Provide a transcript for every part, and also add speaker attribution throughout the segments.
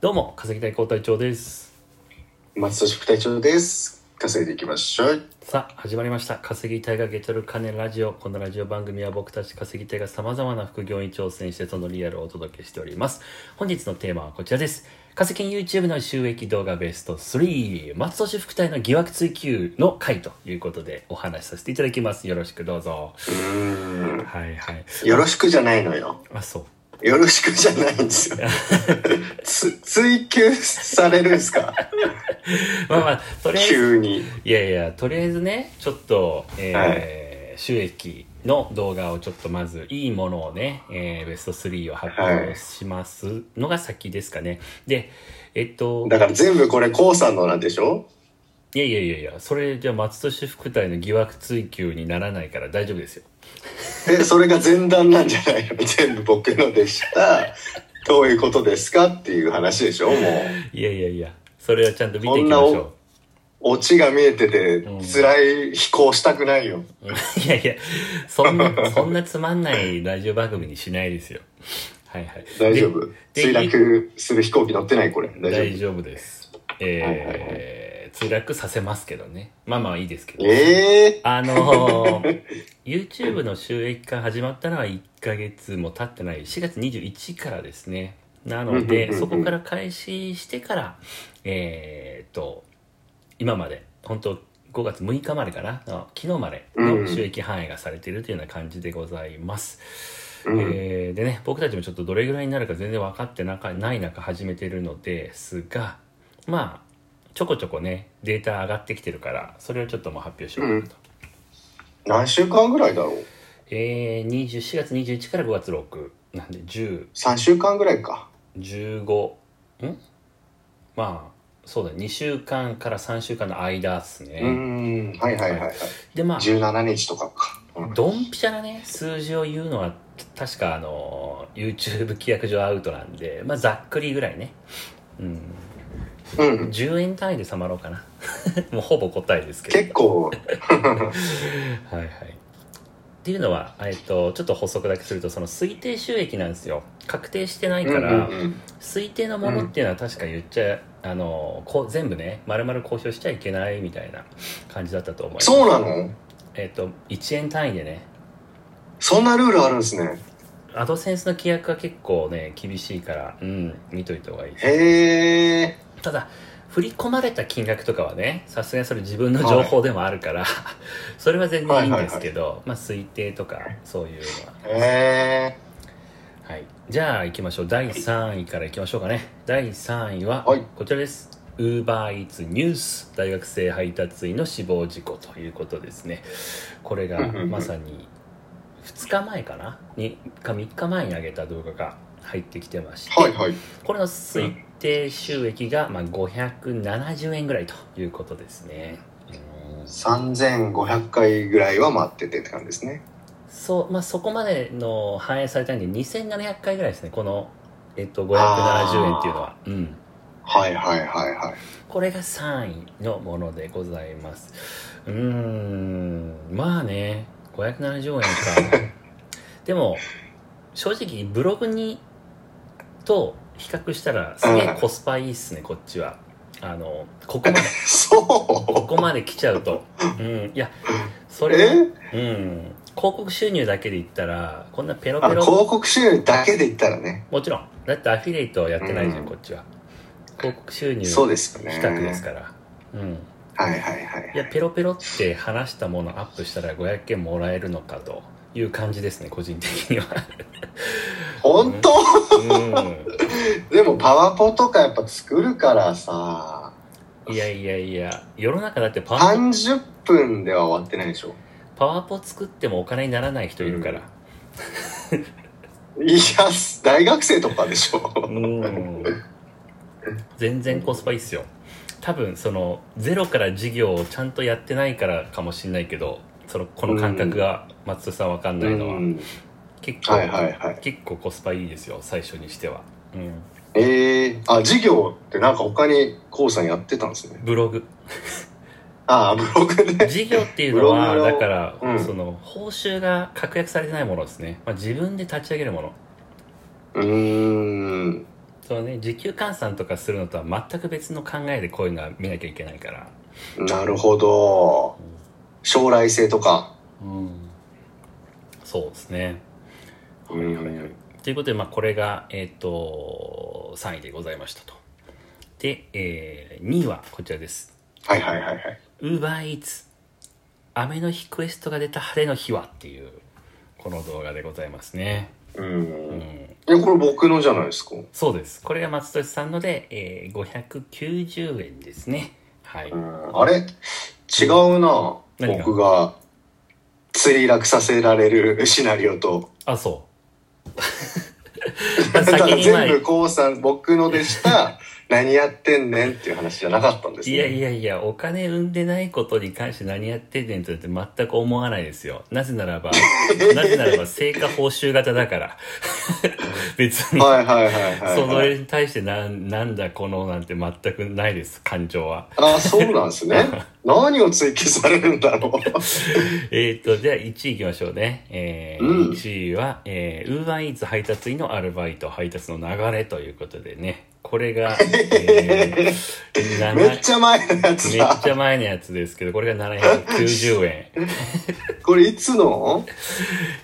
Speaker 1: どうも稼ぎたい高隊長です
Speaker 2: 松戸支部隊長です。稼いでいきましょう。
Speaker 1: さあ始まりました稼ぎたいがゲトる金ラジオこのラジオ番組は僕たち稼ぎたいがさまざまな副業に挑戦してそのリアルをお届けしております本日のテーマはこちらです稼ぎ YouTube の収益動画ベスト3松戸市副隊の疑惑追及の回ということでお話しさせていただきますよろしくどうぞ
Speaker 2: うーん。
Speaker 1: はいはい
Speaker 2: よろしくじゃないのよ。
Speaker 1: あそう
Speaker 2: よろしくじゃないんです よ。つ、追求されるんですか
Speaker 1: まあまあとりあえず
Speaker 2: 急に。
Speaker 1: いやいやとりあえずねちょっと、えー収益の動画をちょっとまずいいものをね、えーベスト3を発表しますのが先ですかね、でえっと
Speaker 2: だから全部これ、こうさんのなんでしょ
Speaker 1: いやいやいやいやそれじゃあ松戸市副隊の疑惑追及にならないから大丈夫ですよ
Speaker 2: え、それが前段なんじゃない の全部僕のでした。どういうことですかっていう話でしょもう。
Speaker 1: いやいやいやそれはちゃんと見ていきまし
Speaker 2: こんな
Speaker 1: ょ
Speaker 2: おオチが見えてて
Speaker 1: うん、
Speaker 2: 辛い飛行したくないよ。
Speaker 1: う いやいやそんなそんなつまんないラジオ番組にしないですよはいはい
Speaker 2: 大丈夫
Speaker 1: で
Speaker 2: 墜落する飛行機乗ってないこれ。大丈夫
Speaker 1: 大丈夫です。えー、墜落させますけどね。まあまあいいですけど。
Speaker 2: ええ
Speaker 1: あのー、YouTube の収益化始まったのは1ヶ月も経ってない4月21からですね。なの
Speaker 2: うんうんうん
Speaker 1: で、
Speaker 2: うん
Speaker 1: そこから開始してから、えーっと、今まで、本当5月6日までかな、あ昨日までの収益反映がされているというような感じでございます。
Speaker 2: うん
Speaker 1: えーでね僕たちもちょっとどれぐらいになるか全然分かってなかない中始めてるのですがまあちょこちょこねデータ上がってきてるからそれをちょっともう発表しようかなと、
Speaker 2: 何週間ぐらいだろう
Speaker 1: えー、20 4月21から5月6なんで
Speaker 2: 3週間ぐらいか
Speaker 1: 1015んまあそうだ2週間から3週間の間っすね、
Speaker 2: うーんはいはいはいはい
Speaker 1: でまあ
Speaker 2: 17日とかか、うん
Speaker 1: ドンピシャなね数字を言うのは確かあの YouTube 規約上アウトなんでまあざっくりぐらいねうん
Speaker 2: うん、
Speaker 1: 10円単位でさまろうかな もうほぼ答えですけど
Speaker 2: 結構
Speaker 1: はいはいっていうのは、えっと、ちょっと補足だけするとその推定収益なんですよ確定してないから、
Speaker 2: うんうん
Speaker 1: 推定のものっていうのは確か言っちゃ、あのこう全部ね丸々公表しちゃいけないみたいな感じだったと思います
Speaker 2: そうなの
Speaker 1: えっと1円単位でね
Speaker 2: そんなルールあるんですね
Speaker 1: アドセンスの規約は結構ね厳しいからうん見といた方がいい
Speaker 2: へえ
Speaker 1: ただ振り込まれた金額とかはねさすがにそれ自分の情報でもあるから、それは全然いいんですけど、まあ推定とかそういうのは、
Speaker 2: へえ
Speaker 1: はい、じゃあ行きましょう第3位から行きましょうかね第3位は
Speaker 2: はい
Speaker 1: こちらです、UberEats ニュース大学生配達員の死亡事故ということですねこれが
Speaker 2: うんうんうん
Speaker 1: まさに2日前かなにか3日前に上げた動画が入ってきてまして、
Speaker 2: はいはい
Speaker 1: これの推定収益が、まあ、570円ぐらいということですね、うん
Speaker 2: 3500回ぐらいは待っててって感じですね
Speaker 1: そうまあ、そこまでの反映されたんで2700回ぐらいですねこの、えっと、570円っていうのは、うん、
Speaker 2: はいはいはいはい
Speaker 1: これが3位のものでございますうーんまあね570円か でも正直ブログにと比較したらすげえコスパいいっすねこっちはあのここ までこ
Speaker 2: そ
Speaker 1: こまで来ちゃうと、うん、いやそうれは、
Speaker 2: え
Speaker 1: うん、広告収入だけで言ったらこんなペロ
Speaker 2: あ
Speaker 1: ペ
Speaker 2: 広
Speaker 1: ロ
Speaker 2: 告収入だけで言ったらね
Speaker 1: もちろんだってアフィリエイトはやってないじゃん、
Speaker 2: うん
Speaker 1: こっちは広告収入
Speaker 2: そう
Speaker 1: 比
Speaker 2: ですよね
Speaker 1: 較ですからうん
Speaker 2: はいはいはい
Speaker 1: いやペロペロって話したものアップしたら500円もらえるのかという感じですね個人的には
Speaker 2: 本当
Speaker 1: う
Speaker 2: でもパワポとかやっぱ作るからさ
Speaker 1: んいやいやいや世の中だってパワ
Speaker 2: 30分では終わってないでしょ
Speaker 1: パワポ作ってもお金にならない人いるから、
Speaker 2: いや大学生とかでしょ
Speaker 1: うん全然コスパいいっすよ多分そのゼロから事業をちゃんとやってないからかもしれないけどそのこの感覚が松戸さんわかん
Speaker 2: う
Speaker 1: ないのは、
Speaker 2: ん
Speaker 1: 結構、
Speaker 2: はいはいはい
Speaker 1: 結構コスパいいですよ最初にしては、うん、
Speaker 2: えー、あ事業ってなんか他にこうさんやってたんですね
Speaker 1: ブログ
Speaker 2: ああブログね
Speaker 1: 事業っていうのは
Speaker 2: ブログの
Speaker 1: だから、
Speaker 2: うん
Speaker 1: その報酬が確約されてないものですね、まあ、自分で立ち上げるもの
Speaker 2: うーん
Speaker 1: そのね時給換算とかするのとは全く別の考えでこういうのは見なきゃいけないから
Speaker 2: なるほど。将来性とか。
Speaker 1: うんそうですね
Speaker 2: うん。
Speaker 1: ということで、まあ、これが、えっと3位でございましたとで、え2位はこちらです
Speaker 2: はいはいはいはい。
Speaker 1: ウーバーイーツ雨の日クエストが出た晴れの日はっていうこの動画でございますね
Speaker 2: うん。
Speaker 1: うん
Speaker 2: え、これ僕のじゃないですか。
Speaker 1: そうです。これが松俊さんので、えー、590円ですね。はい。
Speaker 2: うん。あれ違うな。
Speaker 1: 何が
Speaker 2: 僕が墜落させられるシナリオと。
Speaker 1: あ、そう。
Speaker 2: だから
Speaker 1: 先に前
Speaker 2: 全部こうさん、僕のでした。何やってんねんっていう話じゃなかったんです
Speaker 1: い
Speaker 2: ね。
Speaker 1: やいやいや、お金産んでないことに関して何やってんねんとって全く思わないですよ。なぜな らば、なぜならば、成果報酬型だから。別に、
Speaker 2: はいはいはいはい、
Speaker 1: そ
Speaker 2: はい。
Speaker 1: れに対してなんなんだこのなんて全くないです、感情は。
Speaker 2: あ、そうなんです ね。何を追求されるんだろう。
Speaker 1: えー、と、じゃあ1位いきましょうね。えー
Speaker 2: うん
Speaker 1: 1位は、えー、ウーバーイーツ配達員のアルバイト、配達の流れということでね。これが、え ー、7
Speaker 2: めっちゃ前のやつ
Speaker 1: めっ
Speaker 2: だ。
Speaker 1: ちゃ前のやつですけど、これが790円。
Speaker 2: これいつの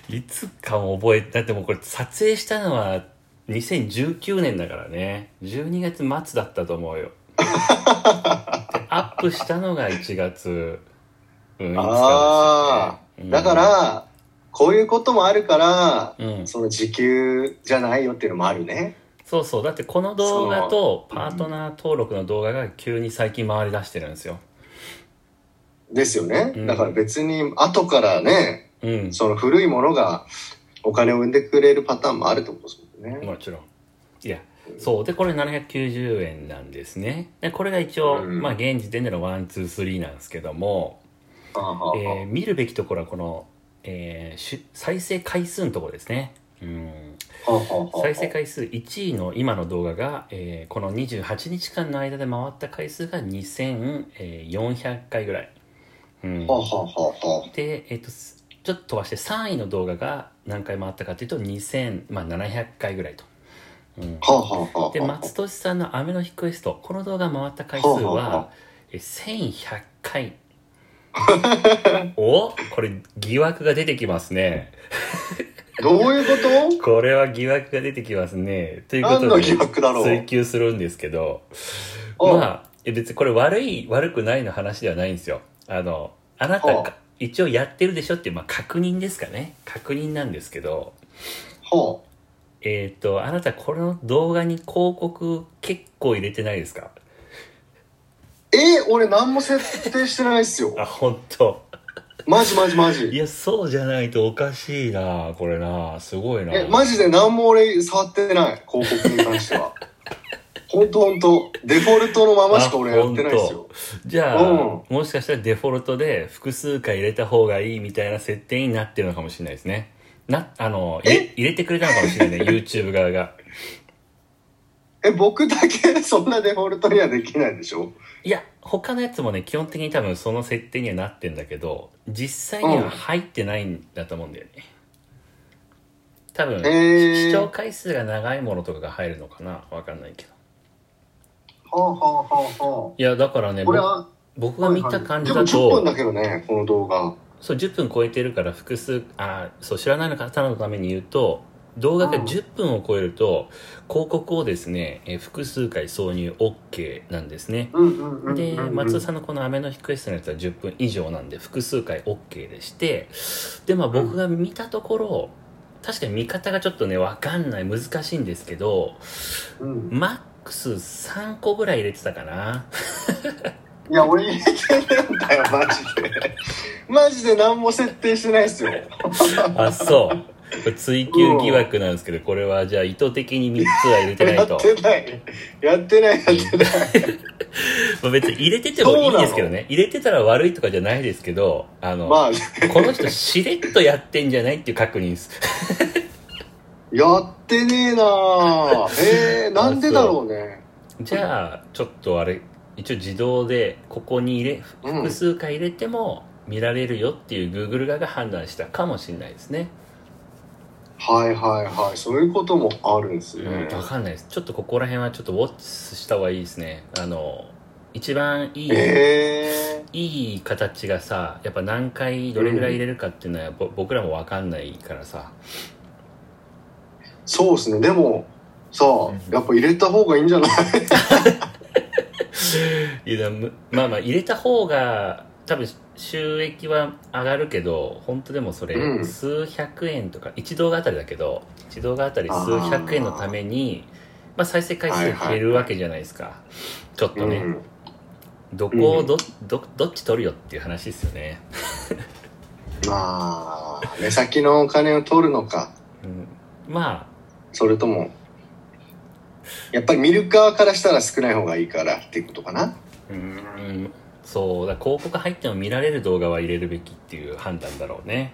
Speaker 1: いつかも覚えて、だってもうこれ撮影したのは2019年だからね。12月末だったと思う よ。でアップしたのが1月。うん、いつ
Speaker 2: あ
Speaker 1: か
Speaker 2: あ
Speaker 1: ですよね、
Speaker 2: だか、ら、こういうこともあるから、
Speaker 1: うんうん、
Speaker 2: その時給じゃないよっていうのもあるね。
Speaker 1: そうそうだってこの動画とパートナー登録の動画が急に最近回り出してるんですよ
Speaker 2: ですよね
Speaker 1: うん。
Speaker 2: だから別に後からね、
Speaker 1: うん
Speaker 2: その古いものがお金を生んでくれるパターンもあるってことですもんね。
Speaker 1: もちろんいやそうでこれ790円なんですねでこれが一応、
Speaker 2: うん
Speaker 1: まあ現時点での123なんですけども、
Speaker 2: はあはあ
Speaker 1: え
Speaker 2: は
Speaker 1: ー見るべきところはこの、えーし再生回数のところですねうん
Speaker 2: あはあはあはあ
Speaker 1: 再生回数1位の今の動画が、えーこの28日間の間で回った回数が2400回ぐらい、うん
Speaker 2: はあはあはあはあ
Speaker 1: で、えっと、すちょっと飛ばして3位の動画が何回回ったかというと2700、まあ、700回ぐらいと。うん
Speaker 2: はあはあはあ
Speaker 1: で松俊さんの「雨の日クエスト」この動画回った回数
Speaker 2: はあはあは
Speaker 1: は
Speaker 2: あ
Speaker 1: え1100回 おこれ疑惑が出てきますね
Speaker 2: どういうこ
Speaker 1: これは疑惑が出てきますねということで
Speaker 2: 何の疑惑だろう
Speaker 1: 追求するんですけど
Speaker 2: と
Speaker 1: まあえ別にこれ悪い悪くないの話ではないんですよあのあなた
Speaker 2: は
Speaker 1: が一応やってるでしょっていう、まあ、確認ですかね確認なんですけど
Speaker 2: は
Speaker 1: えっ、とあなたこの動画に広告結構入れてないですか
Speaker 2: あ、え俺何も設定してない っすよ
Speaker 1: あ本当。
Speaker 2: マジマジマ
Speaker 1: い
Speaker 2: ジ
Speaker 1: やそうじゃないとおかしいなこれなすごいな
Speaker 2: えマジで何も俺触ってない広告に関して はほんとほんとデフォルトのまましか俺やってないっすよ
Speaker 1: じゃあ、
Speaker 2: うん
Speaker 1: もしかしたらデフォルトで複数回入れた方がいいみたいな設定になってるのかもしれないですねなあの入れ入れてくれたのかもしれないね YouTube 側が
Speaker 2: え僕だけそんなデフォルトにはできないでしょ
Speaker 1: いや他のやつもね基本的に多分その設定にはなってんだけど実際に
Speaker 2: う
Speaker 1: は
Speaker 2: ん
Speaker 1: 入ってないんだと思うんだよね多分、
Speaker 2: へー
Speaker 1: 視聴回数が長いものとかが入るのかなわかんないけど
Speaker 2: はあはあはあはい
Speaker 1: やだからね
Speaker 2: あこれ
Speaker 1: 僕
Speaker 2: は
Speaker 1: 僕が見た感じ
Speaker 2: は
Speaker 1: だ
Speaker 2: いはいでも
Speaker 1: と、
Speaker 2: 10分だけどねこの動画
Speaker 1: そう10分超えてるから複数あそう知らない方のために言うと動画が
Speaker 2: うん
Speaker 1: 10分を超えると広告をですね、えー複数回挿入 OK なんですね
Speaker 2: うんうんうんうんうん
Speaker 1: で松田さんのこの「雨の日クエスト」のやつは10分以上なんで複数回 OK でしてでまあ僕が見たところ確かに見方がちょっとね分かんない難しいんですけど
Speaker 2: うん
Speaker 1: マックス3個ぐらい入れてたか ない
Speaker 2: や俺入れてるんだよマジでマジで何も設定してないっすよ
Speaker 1: あそうこれ追求疑惑なんですけどこれはじゃあ意図的に3つは入れてな
Speaker 2: や
Speaker 1: いと
Speaker 2: ってないやってないやってない
Speaker 1: まあ別に入れててもいいんですけどね入れてたら悪いとかじゃないですけどあの、
Speaker 2: まあ
Speaker 1: この人しれっとやってんじゃないっていう確認です
Speaker 2: やってねえなあ えー、なんでだろうね
Speaker 1: じゃあちょっとあれ一応自動でここに入れ
Speaker 2: うん
Speaker 1: 複数回入れても見られるよっていう Google 側が判断したかもしれないですね、
Speaker 2: はいはいはい。そういうこともあるんです
Speaker 1: うん、
Speaker 2: ね。
Speaker 1: わかんないです。ちょっとここら辺はちょっとウォッチした方がいいですね。あの、一番いい、
Speaker 2: え
Speaker 1: いい形がさ、やっぱ何回どれぐらい入れるかっていうのは、ぼ僕らもわかんないからさ。
Speaker 2: ー、そうですね。でも、さ
Speaker 1: うん
Speaker 2: あ、やっぱ入れた方がいいんじゃない
Speaker 1: いやむまあまあ入れた方が多分収益は上がるけど本当でもそれ
Speaker 2: うん
Speaker 1: 数百円とか、一動画あたりだけど一動画あたり数百円のためにまあ、再生回数減るわけじゃないですか、ちょっとね、
Speaker 2: うん。
Speaker 1: どこを
Speaker 2: うん
Speaker 1: どどどっち取るよっていう話ですよね、
Speaker 2: まあ、目先のお金を取るのか、
Speaker 1: うん、ま
Speaker 2: それとも、やっぱり見る側からしたら少ない方がいいからっていうことかな。
Speaker 1: あうんそうだ広告入っても見られる動画は入れるべきっていう判断だろうね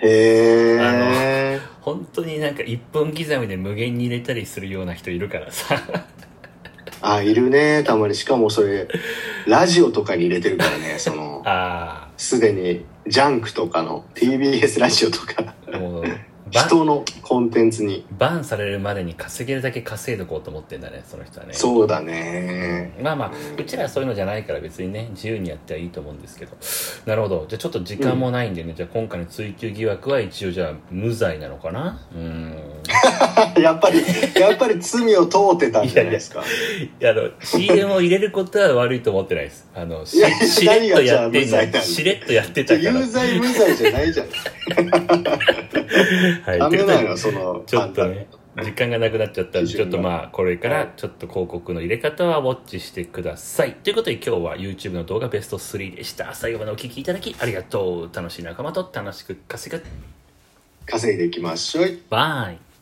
Speaker 2: へ
Speaker 1: あ
Speaker 2: え。
Speaker 1: 本当になんか1分刻みで無限に入れたりするような人いるからさ
Speaker 2: あ、いるね。たまに。しかもそれ、ラジオとかに入れてるからね。その、
Speaker 1: あ
Speaker 2: すでに、ジャンクとかの TBS ラジオとか、
Speaker 1: あもうバン
Speaker 2: 人のコンテンツに。
Speaker 1: バンされるまでに稼げるだけ稼いどこうと思ってんだねその人はね
Speaker 2: そうだね。
Speaker 1: まあまあうちらはそういうのじゃないから別にね自由にやってはいいと思うんですけどなるほどじゃあちょっと時間もないんでね、じゃあ今回の追及疑惑は一応じゃあ無罪なのかなうーん
Speaker 2: やっぱり、やっぱり罪を問うてたんじゃないですか。
Speaker 1: いやあの CM を入れることは悪いと思ってないですあのし
Speaker 2: いやいや
Speaker 1: しれっとやってん
Speaker 2: 何がじゃあ無罪な
Speaker 1: の
Speaker 2: の
Speaker 1: しれっとやってたから
Speaker 2: 有罪無罪じゃないじゃん。
Speaker 1: はい
Speaker 2: ダ
Speaker 1: というこ
Speaker 2: メ
Speaker 1: と
Speaker 2: な
Speaker 1: で
Speaker 2: の、その
Speaker 1: ちょっ
Speaker 2: 判
Speaker 1: と
Speaker 2: 断。
Speaker 1: ね、時間がなくなっちゃったんで、
Speaker 2: 基
Speaker 1: ちょっ
Speaker 2: 準が
Speaker 1: とまあ、これからちょっと広告の入れ方はウォッチしてください。ということで今日は YouTube の動画ベスト3でした。最後までお聞きいただきありがとう。楽しい仲間と楽しく稼ぐ。
Speaker 2: 稼いでいきましょう。
Speaker 1: バイ。